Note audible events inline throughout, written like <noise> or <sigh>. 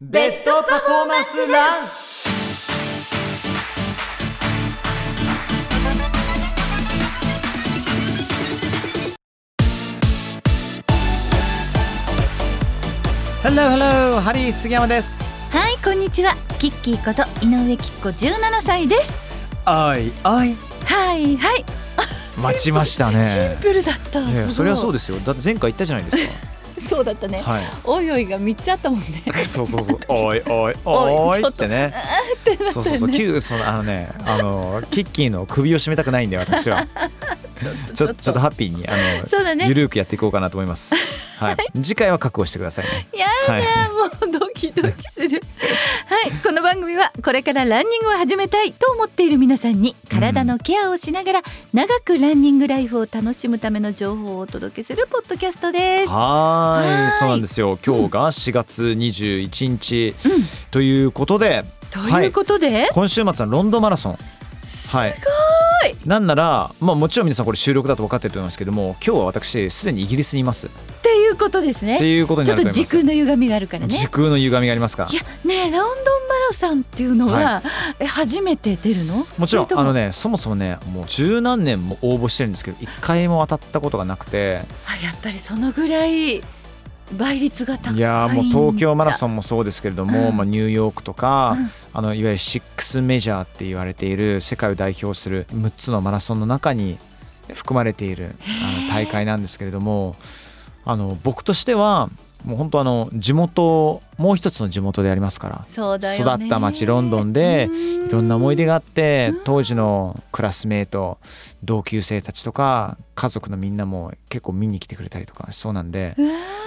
ベストパフォーマンスランハローハローハリー杉山ですはいこんにちはキッキーこと井上きっ子17歳ですおいおいはいはい待ちました <laughs> シンねプルだった、いすやごいそれはそうですよだって前回言ったじゃない <laughs> ですそうだったね、かはいおいおいが3つあったもんね <laughs> そうそう <laughs> そう。おいおいおおいいちょっっとてね。そうそうそう。キューそのあのねあのキッキーの首を絞めたくないんで私は。 <laughs> ちょっとちょっとハッピーにあそうだのねゆるーくやっていこうかなと思います。 <laughs> はい。次回は覚悟してくださいね。やだ、はいもうドキドキするはいこの番組はこれからランニングを始めたいと思っている皆さんに体のケアをしながら長くランニングライフを楽しむための情報をお届けするポッドキャストですははーーいい。そうなんですよ。今日が4月21日ということで、ということで、今週末はロンドンマラソン。はい。なんなら、まあ、もちろん皆さんこれ収録だと分かってると思いますけども今日は私すでにイギリスにいますっっていうことですねていうことにちょなっると思いと時ます空の歪みがあるからね時空の歪みがありますかいやねえロンドンマラソンっていうのは、え初めて出るのもちろんそれとあのねそもそもねもう十何年も応募してるんですけど一回も当たったことがなくてあやっぱりそのぐらい倍率が高いんだいやーもう東京マラソンもそうですけれども、まあ、ニューヨークとか、うんあのいわゆるシックスメジャーって言われている世界を代表する6つのマラソンの中に含まれているあの大会なんですけれどもあの僕としてはもう本当あの地元もう一つの地元でありますからそうだよね育った街ロンドンでいろんな思い出ががあって当時のクラスメート同級生たちとか家族のみんなも結構見に来てくれたりとかしそうなんで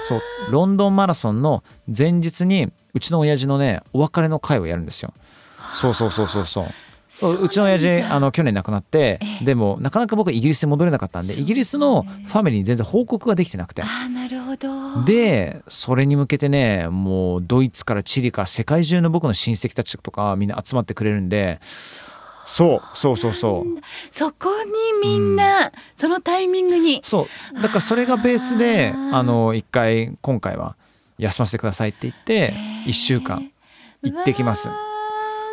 そうロンドンマラソンの前日にうちの親父のねお別れの会をやるんですよ。そうそうそうそうそう。うちの親父あの去年亡くなってええでもなかなか僕はイギリスに戻れなかったんでそうイギリスのねファミリーに全然報告ができてなくてあーなるほどでそれに向けてねもうドイツからチリから世界中の僕の親戚たちとかみんな集まってくれるんでそうそうそうそうそこにみんな、そのタイミングにそうだからそれがベースであーあの一回今回は休ませてくださいって言ってへー1週間行ってきますうわー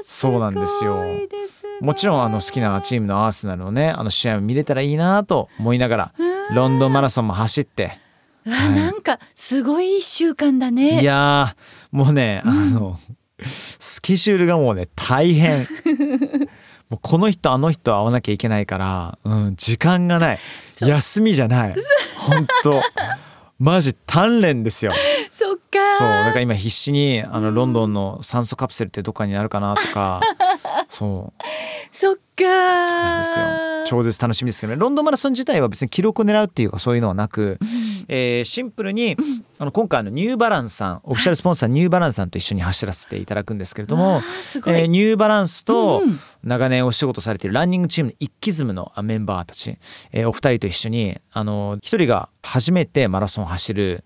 そうなんですよごいですねもちろんあの好きなチームのアーセナルのねあの試合を見れたらいいなと思いながらうロンドンマラソンも走ってうわはいなんかすごい一週間だねいやーもうね、あのスケジュールがもうね大変 <laughs> もうこの人あの人会わなきゃいけないから、うん、時間がないそう休みじゃない本 <laughs> 当マジ鍛錬ですよそっかそうだから今必死にあのロンドンの酸素カプセルってどっかにあるかなと <laughs> かそうそっかそうなんですよ超絶楽しみですけどねロンドンマラソン自体は別に記録を狙うっていうかそういうのはなく、えーシンプルにあの今回のニューバランスさんオフィシャルスポンサーニューバランスさんと一緒に走らせていただくんですけれどわもあ、すごいえーニューバランスとうんうん長年お仕事されているランニングチームの一気ズムのあメンバーたち、えーお二人と一緒にあの一人が初めてマラソンを走る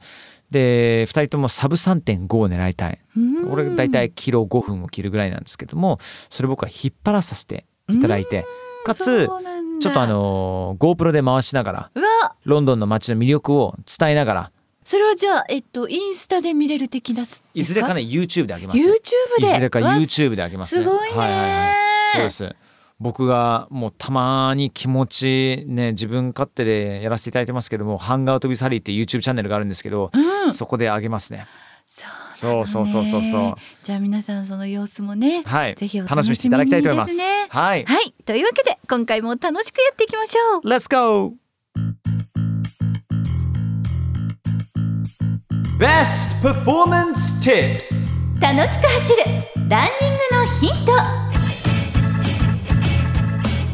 で二人ともサブ3.5を狙いたい。うん俺大体キロ5分を切るぐらいなんですけどもそれ僕は引っ張らさせていただいてかつそうなんだちょっとあのー GoPro で回しながらうわロンドンの街の魅力を伝えながらそれはじゃあえっとインスタで見れる的なですいずれかね YouTube であげます YouTube でいずれかうわ YouTube であげますねすごいねはいはいはい、そうです僕がもうたまに気持ちね自分勝手でやらせていただいてますけども「ハンガートビサリー」っていう YouTube チャンネルがあるんですけど、うんそこであげますねそうそうそうそうそうそう、ねじゃあ皆さんその様子もねはいぜひお楽しみにしていただきたいと思います楽しみにですねはいはいというわけで今回も楽しくやっていきましょう Let's go! Best Performance Tips! 楽しく走るランニングのヒント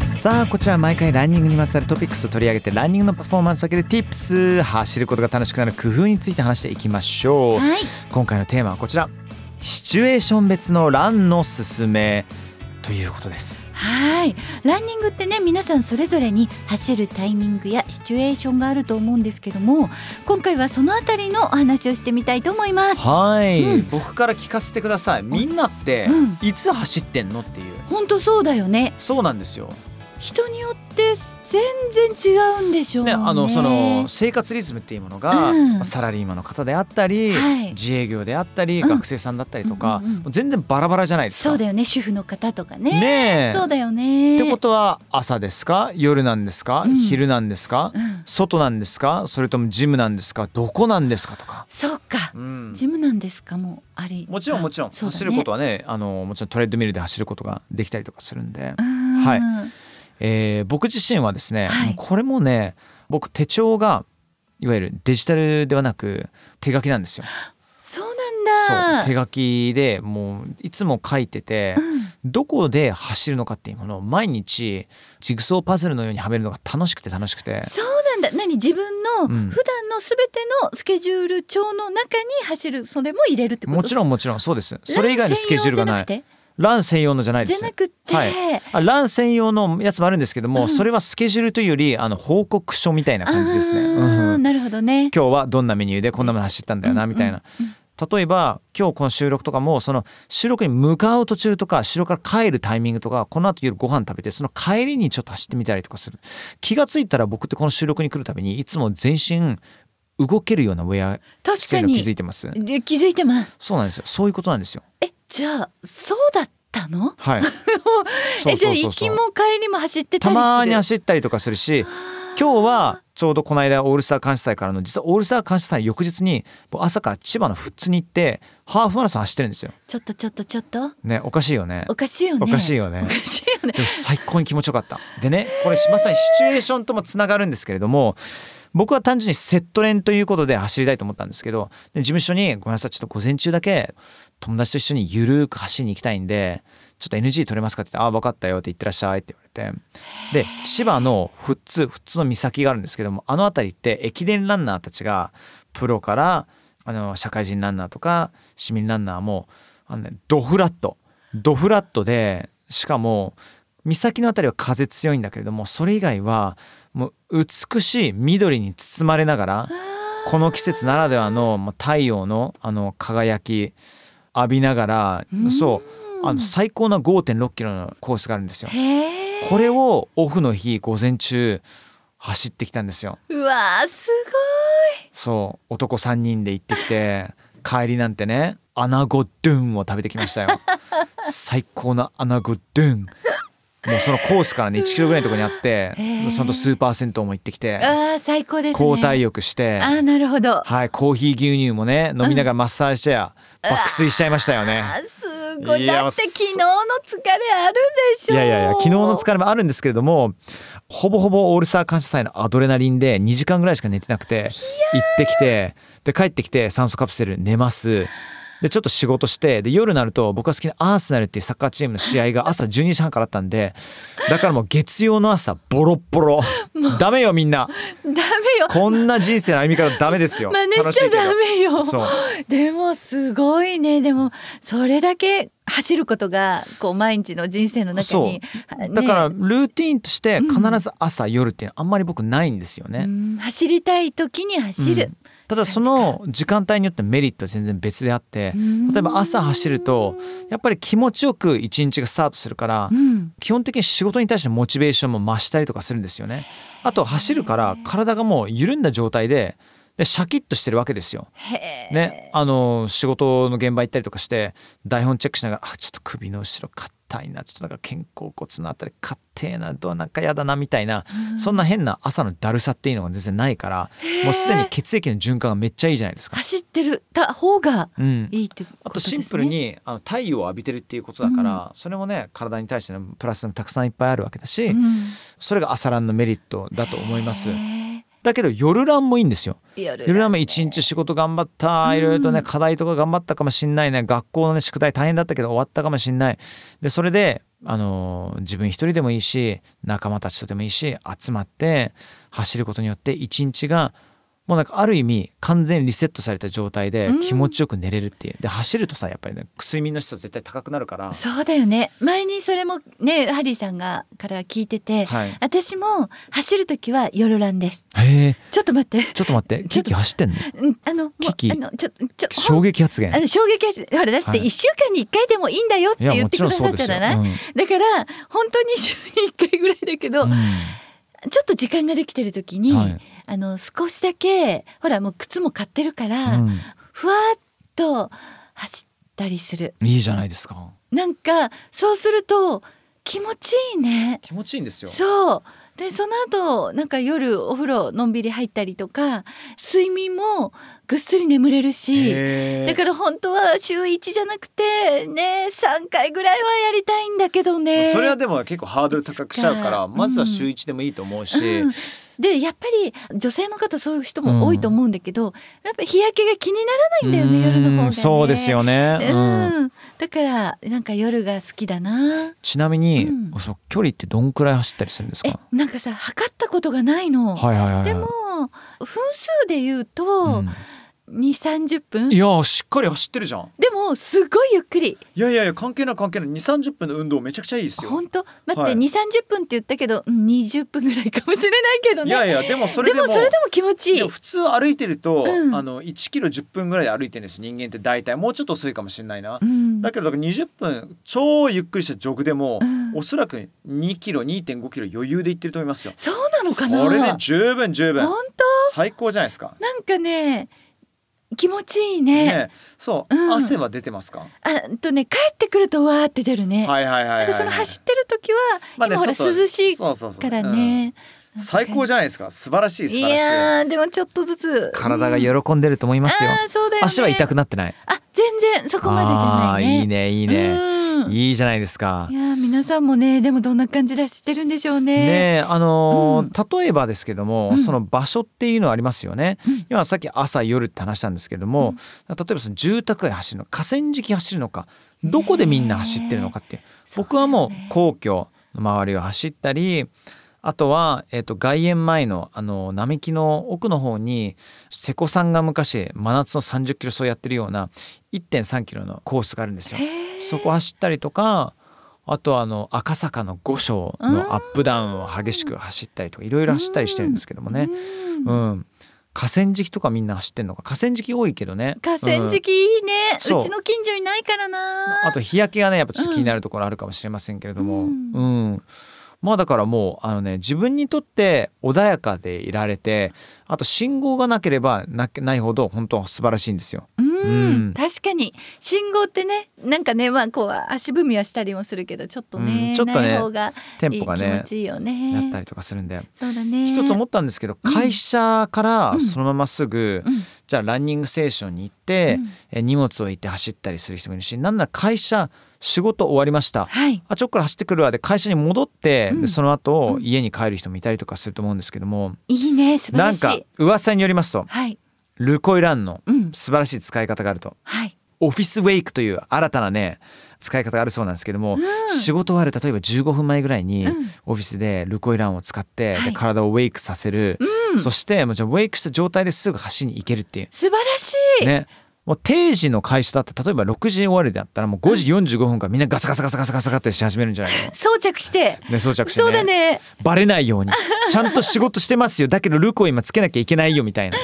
さあこちらは毎回ランニングにまつわるトピックスを取り上げてランニングのパフォーマンスを上げる Tips 走ることが楽しくなる工夫について話していきましょう、はい今回のテーマはこちらシチュエーション別のランのすすめということですはいランニングってね皆さんそれぞれに走るタイミングやシチュエーションがあると思うんですけども今回はそのあたりのお話をしてみたいと思いますはい、うん僕から聞かせてくださいみんなっていつ走ってんのっていう本当そうだよねそうなんですよ人によって全然違うんでしょうね、ね。あのその生活リズムっていうものが、うんサラリーマンの方であったり、はい自営業であったり、うん学生さんだったりとか、うんうんうんもう全然バラバラじゃないですか。そうだよね主婦の方とかね。ねえそうだよね。ってことは朝ですか夜なんですか、うん昼なんですか、うん外なんですかそれともジムなんですかどこなんですかとか、そうか。うんジムなんですかもうあり。もちろんもちろん、走ることは。はねあのもちろんトレッドミルで走ることができたりとかするんで、ははいい。えー僕自身はですね、はいもうこれもね僕手帳がいわゆるデジタルではなく手書きなんですよ。そうそなうんだ。手書きでもういつも書いてて、どこで走るのかっていうものを毎日ジグソーパズルのようにはめるのが楽しくて楽しくて。そうなんだ。何自分の普うん段のすべてのスケジュール帳の中に走るそれも入れるってこと。もちろんもちろんそう <laughs> です。それ以外のスケジュールがない。ラン専用じラン専用のじゃゃくてないです。じゃなくてはい。あ、ラン専用のやつもあるんですけども、それはスケジュールというより、あの報告書みたいな感じですね。あうんーうんなるほ <laughs> どね。今日はどんなメニューでこんなもの走ったんだよなみたいな。例えば今日この収録とかもその収録に向かう途中とか収録から帰るタイミングとかこの後夜ご飯食べてその帰りにちょっと走ってみたりとかする気がついたら僕ってこの収録に来るたびにいつも全身動けるようなウェアし確てかるの気にづいてますで気づいてます。そうなんですよそういうことなんですよえじゃあそうだったの？はいそうえじゃそあうそ行うそきうも帰りも走って <laughs> たたりする。まに走ったりとかするし今日はちょうどこの間オールスター感謝祭からの実はオールスター感謝祭翌日に僕朝から千葉の富津に行ってハーフマラソン走ってるんですよ。ちょっとちょっとちょっとねおかしいよねお。かしいよね。おかしいよねおかしいよね。でも最高に気持ちよかった。でねこれまさにシチュエーションともつながるんですけれども僕は単純にセット練ということで走りたいと思ったんですけどで事務所に「ごめんなさいちょっと午前中だけ友達と一緒にゆるーく走りに行きたいんでちょっと NG 取れますか?」って言って「ああ分かったよ」って言ってらっしゃいって言われてで千葉の富津富津の岬があるんですけどもあの辺りって駅伝ランナーたちがプロからあの社会人ランナーとか市民ランナーもあの、ね、ドフラットドフラットでしかも岬の辺りは風強いんだけれどもそれ以外はもう美しい緑に包まれながらこの季節ならではのもう太陽のあの輝き浴びながらそうあの最高な5.6キロのコースがあるんですよ。へえ。これをオフの日午前中走ってきたんですようわーすそう男3人で行ってきて <laughs> 帰りなんてねアナゴドゥンを食べてきました <laughs> よ最高のアナゴドゥンもうそのコースからね1キロぐらいのところにあってへーその後スーパー銭湯も行ってきてごい。ああ最高ですね。交代浴してああなるほど。あはいコーヒー牛乳もね飲みながらマッサージチェア爆睡しちゃいましたよねーすごいいやだって昨日の疲れあるでしょ。いやいやいや昨日の疲れ。れもあるんですけれどもほぼほぼオールスター感謝祭のアドレナリンで2時間ぐらいしか寝てなくて行ってきてで帰ってきて酸素カプセル寝ますでちょっと仕事してで夜になると僕が好きなアーセナルっていうサッカーチームの試合 <laughs> が朝12時半からあったんでだからもう月曜の朝ボロッボロダメよみんなダメよ。こんな人生の歩み方ダメですよ真似楽ししちいゃけどダメよそうでもすごいねでもそれだけ走ることがこう毎日の人生の中にねだからルーティンとして必ず朝夜っていうのはあんまり僕ないんですよね、うん走りたい時に走る、うんただその時間帯によってメリットは全然別であってん例えば朝走るとやっぱり気持ちよく一日がスタートするからうん基本的に仕事に対してモチベーションも増したりとかするんですよね。あと走るから体がもう緩んだ状態ででシャキッとしてるわけですよ。へえね、あの仕事の現場行ったりとかして台本チェックしながらあちょっと首の後ろ硬いなちょっとなんか肩甲骨のあたり硬えなどうなんかやだなみたいな、そんな変な朝のだるさっていうのが全然ないからもうすでに血液の循環がめっちゃいいじゃないですか。走ってるた方がうんいいってことですね、あとシンプルにあの太陽を浴びてるっていうことだから、それもね体に対してのプラスもたくさんいっぱいあるわけだし、うん、それが朝ランのメリットだと思いますへ。えだけど夜ランもいいんですよ。夜夜ランも一日仕事頑張ったいろいろとね課題とか頑張ったかもしんないね学校のね宿題大変だったけど終わったかもしんないでそれであのー自分一人でもいいし仲間たちとでもいいし集まって走ることによって一日がもうなんかある意味完全リセットされた状態でうん気持ちよく寝れるっていうで走るとさやっぱりね睡眠の質は絶対高くなるからそうだよね前にそれもねハリーさんがから聞いてて、はい私も走る時は夜ランですへえちょっと待ってちょっと待ってキキ走ってんの <laughs> うんあのもうキキあのちょちょ衝撃発あ言の衝撃はしほらだってはい1週間に1回でもいいんだよっいてや言っもてちくろだんそさっうですたよじゃないうんだから本当に週に1回ぐらいだけど、うんちょっと時間ができてる時に、はいあの少しだけほらもう靴も買ってるから、うんふわっと走ったりするいいじゃないですかなんかそうすると気持ちいいね気持ちいいんですよそうでその後なんか夜お風呂のんびり入ったりとか睡眠もぐっすり眠れるしへーだから本当は週1じゃなくてね3回ぐらいはやりたいんだけどね。それはでも結構ハードル高くしちゃうからいつかまずは週一でもいいと思うし、うんでやっぱり女性の方そういう人も多いと思うんだけど、やっぱり日焼けが気にならないんだよね夜の方が、うんね、そうですよね、ううんん、だからなんか夜が好きだなちなみに、うんその距離ってどんくらい走ったりするんですえかなんかさ測ったことがないの、はいはいはいはいでも分数で言うと、うん2三3 0分いやーしっかり走ってるじゃんでもすごいゆっくりいやいやいや関係ない関係ない2三3 0分の運動めちゃくちゃいいですよ本当待って、はい2三3 0分って言ったけどうん20分ぐらいかもしれないけどいねやいやでもそれででももそれでも気持ちいいいや普通歩いてると、うんあの1キロ10分ぐらいで歩いてるんです人間って大体もうちょっと遅いかもしれないな、うんだけどだから20分超ゆっくりしたジョグでも、うんおそらく2キロ2.5キロ余裕で行ってると思いますよそうなのかなそれで十分十分本当最高じゃないですかなんかね気持ちいいねねえそう、うん汗は出てますかあうんとね帰ってくるとわーって出るね、はいはいはい、なんはい、かその走ってる時は、まあね今ほら外涼しいかそうそうそうらね、うん最高じゃないですか素晴らしい素い晴らしいやーでもちょっとずつ体が喜んでると思いますよ、あーそうだよね足は痛くなってないあ全然そこまでじゃないねあーいいねいいね、うんいいじゃないですかいやー皆さんもねでもどんな感じで走ってるんでしょうねねえあのー例えばですけども、うんその場所っていうのはありますよね、うん今さっき朝夜って話したんですけども、例えばその住宅街走るの河川敷走るのかどこでみんな走ってるのかっていう、僕はもう皇居の周りを走ったりあとは、えっと外苑前のあの並木の奥の方に瀬古さんが昔真夏の3 0キロ走やってるような1 3キロのコースがあるんですよ。へーそこ走ったりとかあとはあの赤坂の五所のアップダウンを激しく走ったりとかいろいろ走ったりしてるんですけどもね、うんうん、河川敷とかみんな走ってんのか河川敷多いけどね河川うん敷いいね、うそうちの近所にないからなあと日焼けがねやっぱちょっと気になるところあるかもしれませんけれども、ううんんまあだからもうあのね自分にとって穏やかでいられてあと信号がなければなないほど本当は素晴らしいんですよ。うん、うん確かに信号ってねなんかねまあこう足踏みはしたりもするけどちょっとね、うんちょっとねない方がテンポがねいい気持ちいいよねだったりとかするんでそうだね一つ思ったんですけど会社からそのまますぐ、うんじゃあランニングステーションに行ってうん、え荷物を置いて走ったりする人もいるしなんなら会社仕事終わりましたはいあちょっから走ってくるわで会社に戻って、うんでその後家に帰る人もいたりとかすると思うんですけども、いいね素晴ならんしかい噂によりますとはいルコイランのうん素晴らしい使い方があるとはいオフィスウェイクという新たなね使い方があるそうなんですけども、ん仕事終わる例えば15分前ぐらいにうんオフィスでルコイランを使って、ではい体をウェイクさせる、そしてもうじゃあウェイクした状態ですぐ走りに行けるっていう素晴らしい、ね、もう定時の会社だって例えば6時終わりだったらもう5時45分からみんなガサガサガサガサガサガサってし始めるんじゃないの装着してね装着してねそうだねバレないようにちゃんと仕事してますよだけどルークを今つけなきゃいけないよみたいない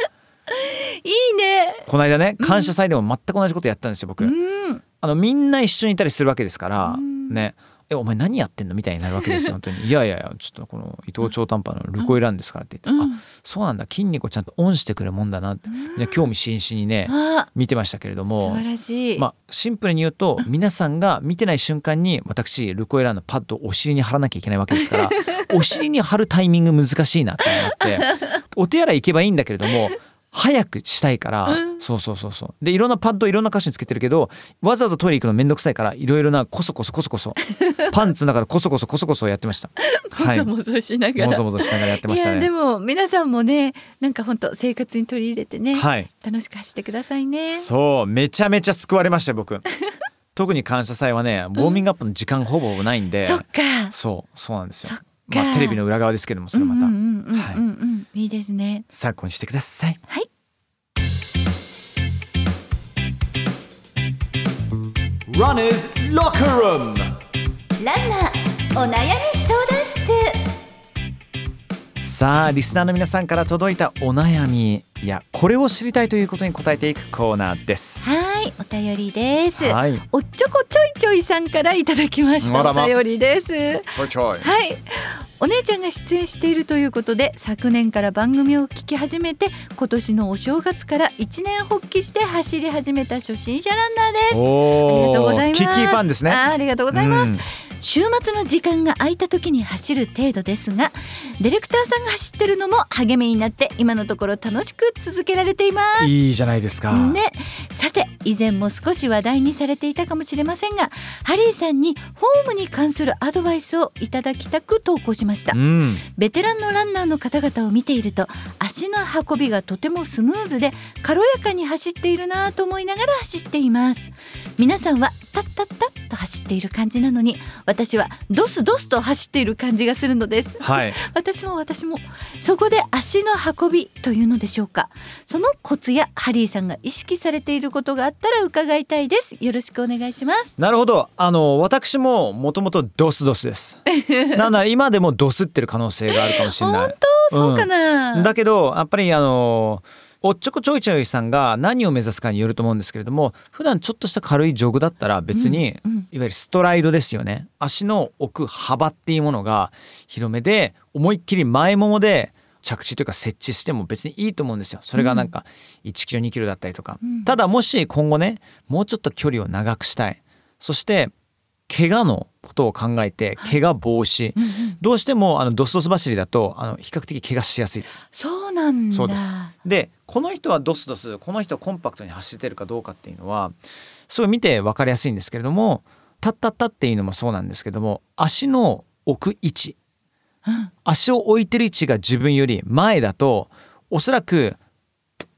いねこの間ね感謝祭でも全く同じことやったんですよ僕、うんあのみんな一緒にいたりするわけですから、ねえお前何やってんのみたいになるわけ <laughs> ですよ本当にいやいやいやちょっとこの伊藤長短波のルコイランですからって言って、うんあそうなんだ筋肉をちゃんとオンしてくるもんだなって、ね興味津々にねあ見てましたけれども素晴らしい、まあ、シンプルに言うと皆さんが見てない瞬間に私ルコエラーのパッドをお尻に貼らなきゃいけないわけですから <laughs> お尻に貼るタイミング難しいなってなってお手洗い行けばいいんだけれども早くしたいから、そうそうそうそうでいろんなパッドいろんな箇所につけてるけどわざわざトイレ行くのめんどくさいからいろいろなコソコソコソコ <laughs> ソパンツの中でコソコソコソコソやってました。もはい、ぞも <laughs> もぞしながらぞもぞしながらやってましたいやでね。も皆さんもねなんか本当生活に取り入れてね、はい楽しく走ってくださいねそうめちゃめちゃ救われましたよ <laughs> 僕特に「感謝祭」はねウォーミングアップの時間ほぼないんで、そっかそうそうなんですよそっか。まあテレビの裏側ですけどもそれまたうんうんうんうんうんはいうんいいですね参考にしてください。はいランナーお悩み相談室さあリスナーの皆さんから届いたお悩みいやこれを知りたいということに答えていくコーナーです。はいお便りですはい。おっちょこちょいちょいさんからいただきましあたらまお便りですちょいちょいはいお姉ちゃんが出演しているということで昨年から番組を聞き始めて今年のお正月から一年発起して走り始めた初心者ランナーですありがとうおござーいますキッキーファンですねあーありがとうございます、うん週末の時間が空いた時に走る程度ですがディレクターさんが走ってるのも励みになって今のところ楽しく続けられていますいいじゃないですか、ね、さて以前も少し話題にされていたかもしれませんがハリーさんにホームに関するアドバイスをいただきたく投稿しましたうんベテランのランナーの方々を見ていると足の運びがとてもスムーズで軽やかに走っているなぁと思いながら走っています皆さんはタッタッタッと走っている感じなのに私はドスドスと走っている感じがするのですはい私も私もそこで足の運びというのでしょうかそのコツやハリーさんが意識されていることがあったら伺いたいですよろしくお願いしますなるほどあの私ももともとドスドスです <laughs> なんなら今でもドスってる可能性があるかもしれない本当そうかな、だけどやっぱりあのおっちょこちょいちょいさんが何を目指すかによると思うんですけれども普段ちょっとした軽いジョグだったら別に、うんうんいわゆるストライドですよね足の置く幅っていうものが広めで思いっきり前ももで着地というか設置しても別にいいと思うんですよそれがなんか1キロ2キロだったりとか、うんただもし今後ねもうちょっと距離を長くしたいそして怪我のことを考えて怪我防止、うんうんどうしてもあのドスドス走りだとあの比較的怪我しやすいです。そうなんだそうですでこの人はドスドスこの人はコンパクトに走ってるかどうかっていうのはすごい見て分かりやすいんですけれどもタッタッタっていうのもそうなんですけども足の置く位置うん足を置いてる位置が自分より前だとおそらく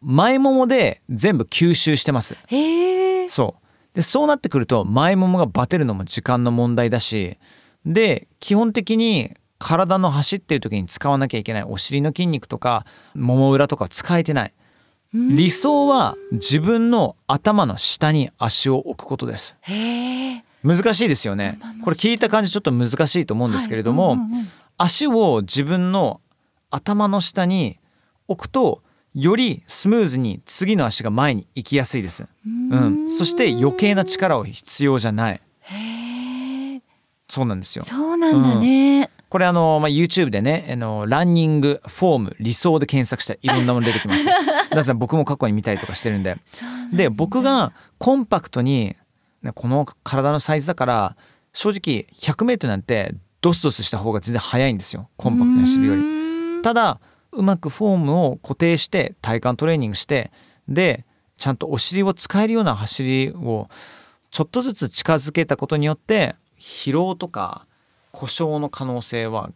前ももで全部吸収してます。へえそうでそうなってくると前ももがバテるのも時間の問題だしで基本的に体の走ってる時に使わなきゃいけないお尻の筋肉とかもも裏とかは使えてないうん理想は自分の頭の下に足を置くことですへえ難しいですよねこれ聞いた感じちょっと難しいと思うんですけれども、はいうんうんうん足を自分の頭の下に置くとよりスムーズに次の足が前に行きやすいです、うん、そして余計な力を必要じゃないへえそうなんですよそうなんだね、これあの、まあ、YouTube でねあのランニングフォーム理想で検索したらいろんなもの出てきます <laughs> なぜなら僕も過去に見たりとかしてるんでそうなんだで僕がコンパクトにねこの体のサイズだから正直 100m なんてドスドスした方が全然速いんですよコンパクトに走るようり。ーんただうまくフォームを固定して体幹トレーニングしてでちゃんとお尻を使えるような走りをちょっとずつ近づけたことによって疲労とか故障の可能性は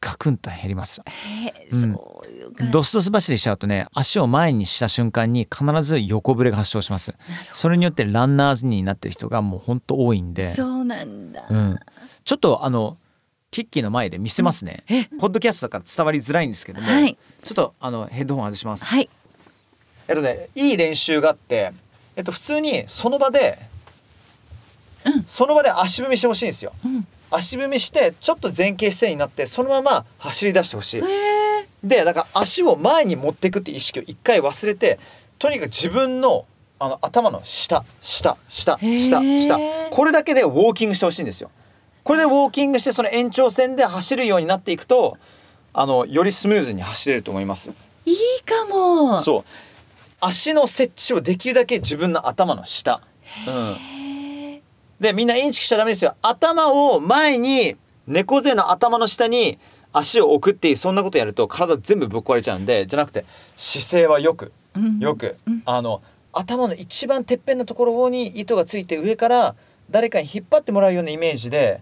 ガクンと減りますへえうんそういう感じ、ドスドス走りしちゃうとね足を前にした瞬間に必ず横ブレが発症しますそれによってランナーズになってる人がもうほんと多いんでそうなんだ、うん、ちょっとあのキッキーの前で見せますね、ポッドキャストだから伝わりづらいんですけども、はいちょっとあのヘッドホン外します、はいえっとねいい練習があって、えっと、普通にその場で、うんその場で足踏みしてほしいんですようん足踏みしてちょっと前傾姿勢になってそのまま走り出してほしいへえでだから足を前に持っていくって意識を一回忘れてとにかく自分のあの頭の下下下へー下下これだけでウォーキングしてほしいんですよ。これでウォーキングしてその延長線で走るようになっていくとあのよりスムーズに走れると思います。いいかもそう足の設置をできるだけ自分の頭の下。うん、へえでみんなインチキしちゃダメですよ頭を前に猫背の頭の下に足を置くっていうそんなことやると体全部ぶっ壊れちゃうんでじゃなくて姿勢はよくうんよく、あの頭の一番てっぺんのところに糸がついて上から誰かに引っ張ってもらうようなイメージで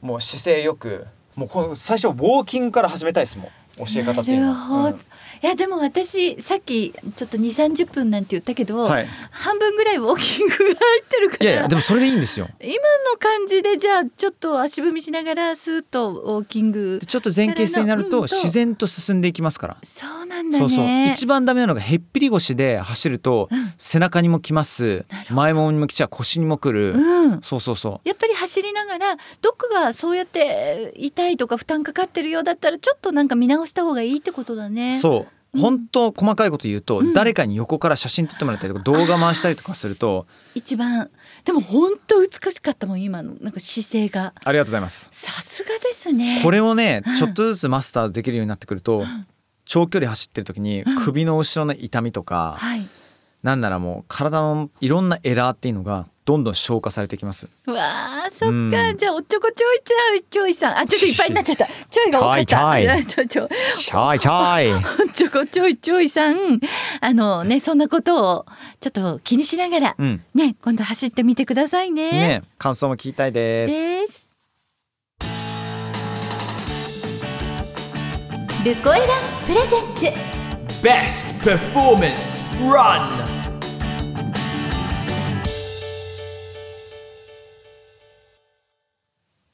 もう姿勢よくもうこの最初ウォーキングから始めたいですもん教え方っていうのなるほはど、いやでも私さっきちょっと2三3 0分なんて言ったけど、はい半分ぐらいウォーキングが入ってるからもそれでいいんですよ今の感じでじゃあちょっと足踏みしながらスーッとウォーキングちょっと前傾姿勢になるうんとと自然と進んでいきますからそうなんだねそうそう一番ダメなのがへっぴり腰で走るとうん背中にもきますなるほど前ももにもきちゃう腰にもくる、うんそうそうそやっぱり走りながらどこがそうやって痛いとか負担かかってるようだったらちょっとなんか見直した方がいいってことだう、ね。そう本当細かいこと言うと、うん誰かに横から写真撮ってもらったりとか動画回したりとかすると一番でも本当美しかったもん今のなんか姿勢がありがとうございますさすがですねこれれをねうんちょっとずつマスターできるようになってくると長距離走ってる時にうん首の後ろの痛みとかはいなんならもう体のいろんなエラーっていうのがどんどん消化されてきますわあそっうか、んじゃあおっちょこちょいちょいちょいさんあちょっといっぱいになっちゃったちょいが多かったちょいちょい <laughs> ちょいちょいチャイチャイお <laughs> っちょこちょいちょいさんあのねそんなことをちょっと気にしながらうんね今度走ってみてくださいね。ね感想も聞きたいですです。ルコエラプレゼンツ Best performance run.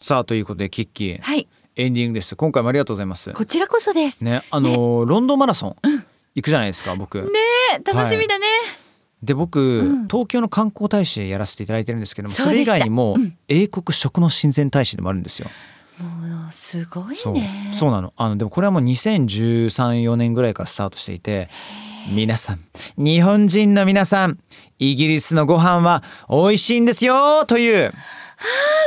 さあということでキッキーはいエンディングです今回もありがとうございますこちらこそです。ねねあのーロンドンマラソン行くじゃないですか僕楽しみだね。で僕、ん東京の観光大使やらせていただいてるんですけどもそそうでしたれ以外にも、うん英国食の親善大使でもあるんですよ。もうすごいそうね。そうなのあのでもこれはもう20134年ぐらいからスタートしていて皆さん日本人の皆さんイギリスのご飯は美味しいんですよという。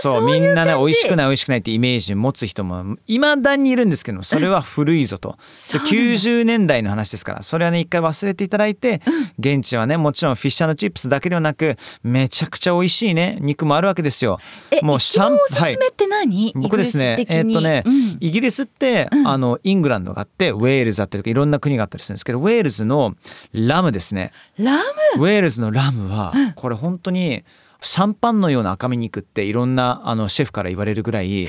そうみんなね美味しくない美味しくないってイメージ持つ人もいまだにいるんですけどもそれは古いぞとそれ90年代の話ですからそれはね一回忘れていただいて現地はねもちろんフィッシャーチップスだけではなくめちゃくちゃ美味しいね肉もあるわけですよ。えもう一番おすはすいめって何？僕ですねえイギリス的っにとね、うんイギリスって、あのイングランドがあってウェールズあったりとかいろんな国があったりするんですけどウェールズのラムですねラムウェールズのラムは、これ本当にシャンパンのような赤身肉っていろんなあのシェフから言われるぐらい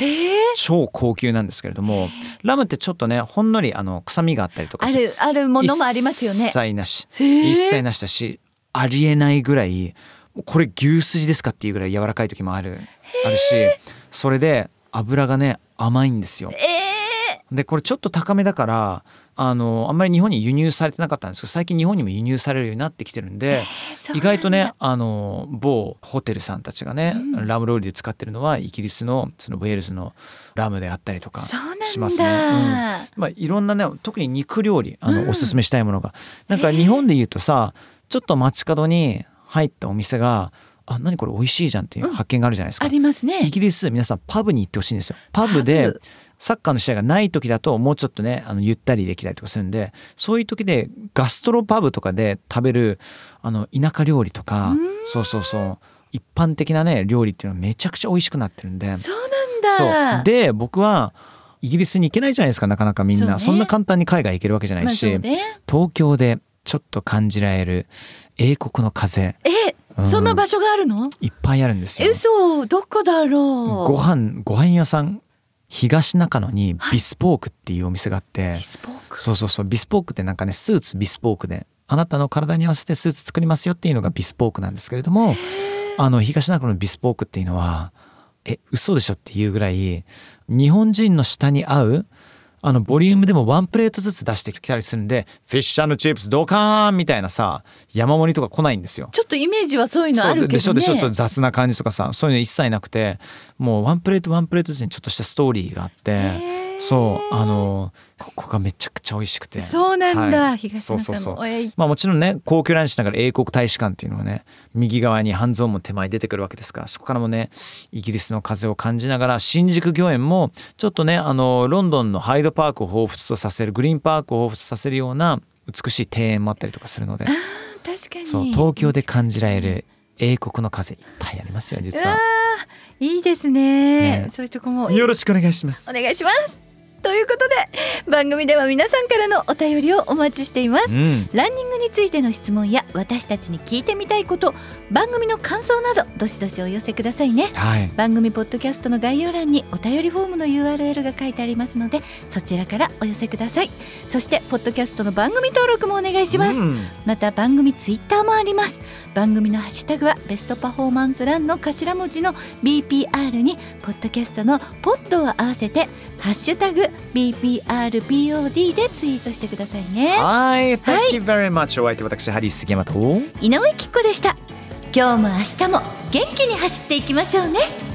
超高級なんですけれどもラムってちょっとねほんのりあの臭みがあったりとかあしてるあるものもありますよね一。切なしー一切なしだしありえないぐらいもうこれ牛すじですかっていうぐらい柔らかい時もあるあるしそれで油がね甘いんですよ。でこれちょっと高めだからあのあんまり日本に輸入されてなかったんですけど最近日本にも輸入されるようになってきてるんで、そうなん意だ外とねあの某ホテルさんたちがね、ラムロールで使ってるのはイギリスのそのウェールズのラムであったりとかそうなんだしますね。まあ、いろんなね特に肉料理あの、おすすめしたいものがなんか日本で言うとさちょっと街角に入ったお店が「あ何これ美味しいじゃん」っていう発見があるじゃないですか。ありますイね。ギリス皆さんパブに行ってほしいんですよパブパでブサッカーの試合がない時だともうちょっとねあのゆったりできたりとかするんでそういう時でガストロパブとかで食べるあの田舎料理とかそうそうそう一般的なね料理っていうのはめちゃくちゃ美味しくなってるんでそうなそんだ。うで僕はイギリスに行けないじゃないですかなかなかみんなそそ,、うねんな簡単に海外行けるわけじゃないまあし、そうね東京でちょっと感じられる英国の風え、うんそんな場所があるの？いっぱいあるんですよ。嘘どこだろうご飯ご飯屋さん東中野にビスポークっていうお店があって、ビスポークそうそうそうビスポークってなんかねスーツビスポークであなたの体に合わせてスーツ作りますよっていうのがビスポークなんですけれどもあの東中野のビスポークっていうのはえ嘘でしょっていうぐらい日本人の舌に合うあのボリュームでもワンプレートずつ出してきたりするんでフィッシャーのチップスドカーンみたいなさ山盛りとか来ないんですよ。ちょっとイメージはそういうのあるけどねそうでしょでしょそう雑な感じとかさそういうの一切なくてもうワンプレートワンプレートずつにちょっとしたストーリーがあってそうあのここがめちゃくちゃ美味しくてそうなんだ、はい東中野そうそうそうおいまあもちろんね皇居ラインしながら英国大使館っていうのはね右側に半蔵門手前に出てくるわけですからそこからもねイギリスの風を感じながら新宿御苑もちょっとねあのロンドンのハイドパークを彷彿とさせるグリーンパークを彷彿とさせるような美しい庭園もあったりとかするので。確かにそう東京で感じられる英国の風いっぱいありますよ実うわは。ーいいですねねそういうとこもよろしくお願いしますお。願いしますということで番組では皆さんからのお便りをお待ちしています、うん、ランニングについての質問や私たちに聞いてみたいこと番組の感想などどしどしお寄せくださいねはい。番組ポッドキャストの概要欄にお便りフォームの URL が書いてありますのでそちらからお寄せくださいそしてポッドキャストの番組登録もお願いします、うんまた番組ツイッターもあります番組のハッシュタグはベストパフォーマンスランの頭文字の BPR にポッドキャストのポッドを合わせてハッシュタグ BPRPOD でツイートしてくださいねはい、Thank you very much。お相手私ハリー杉山と。井上きっ子でした今日も明日も元気に走っていきましょうね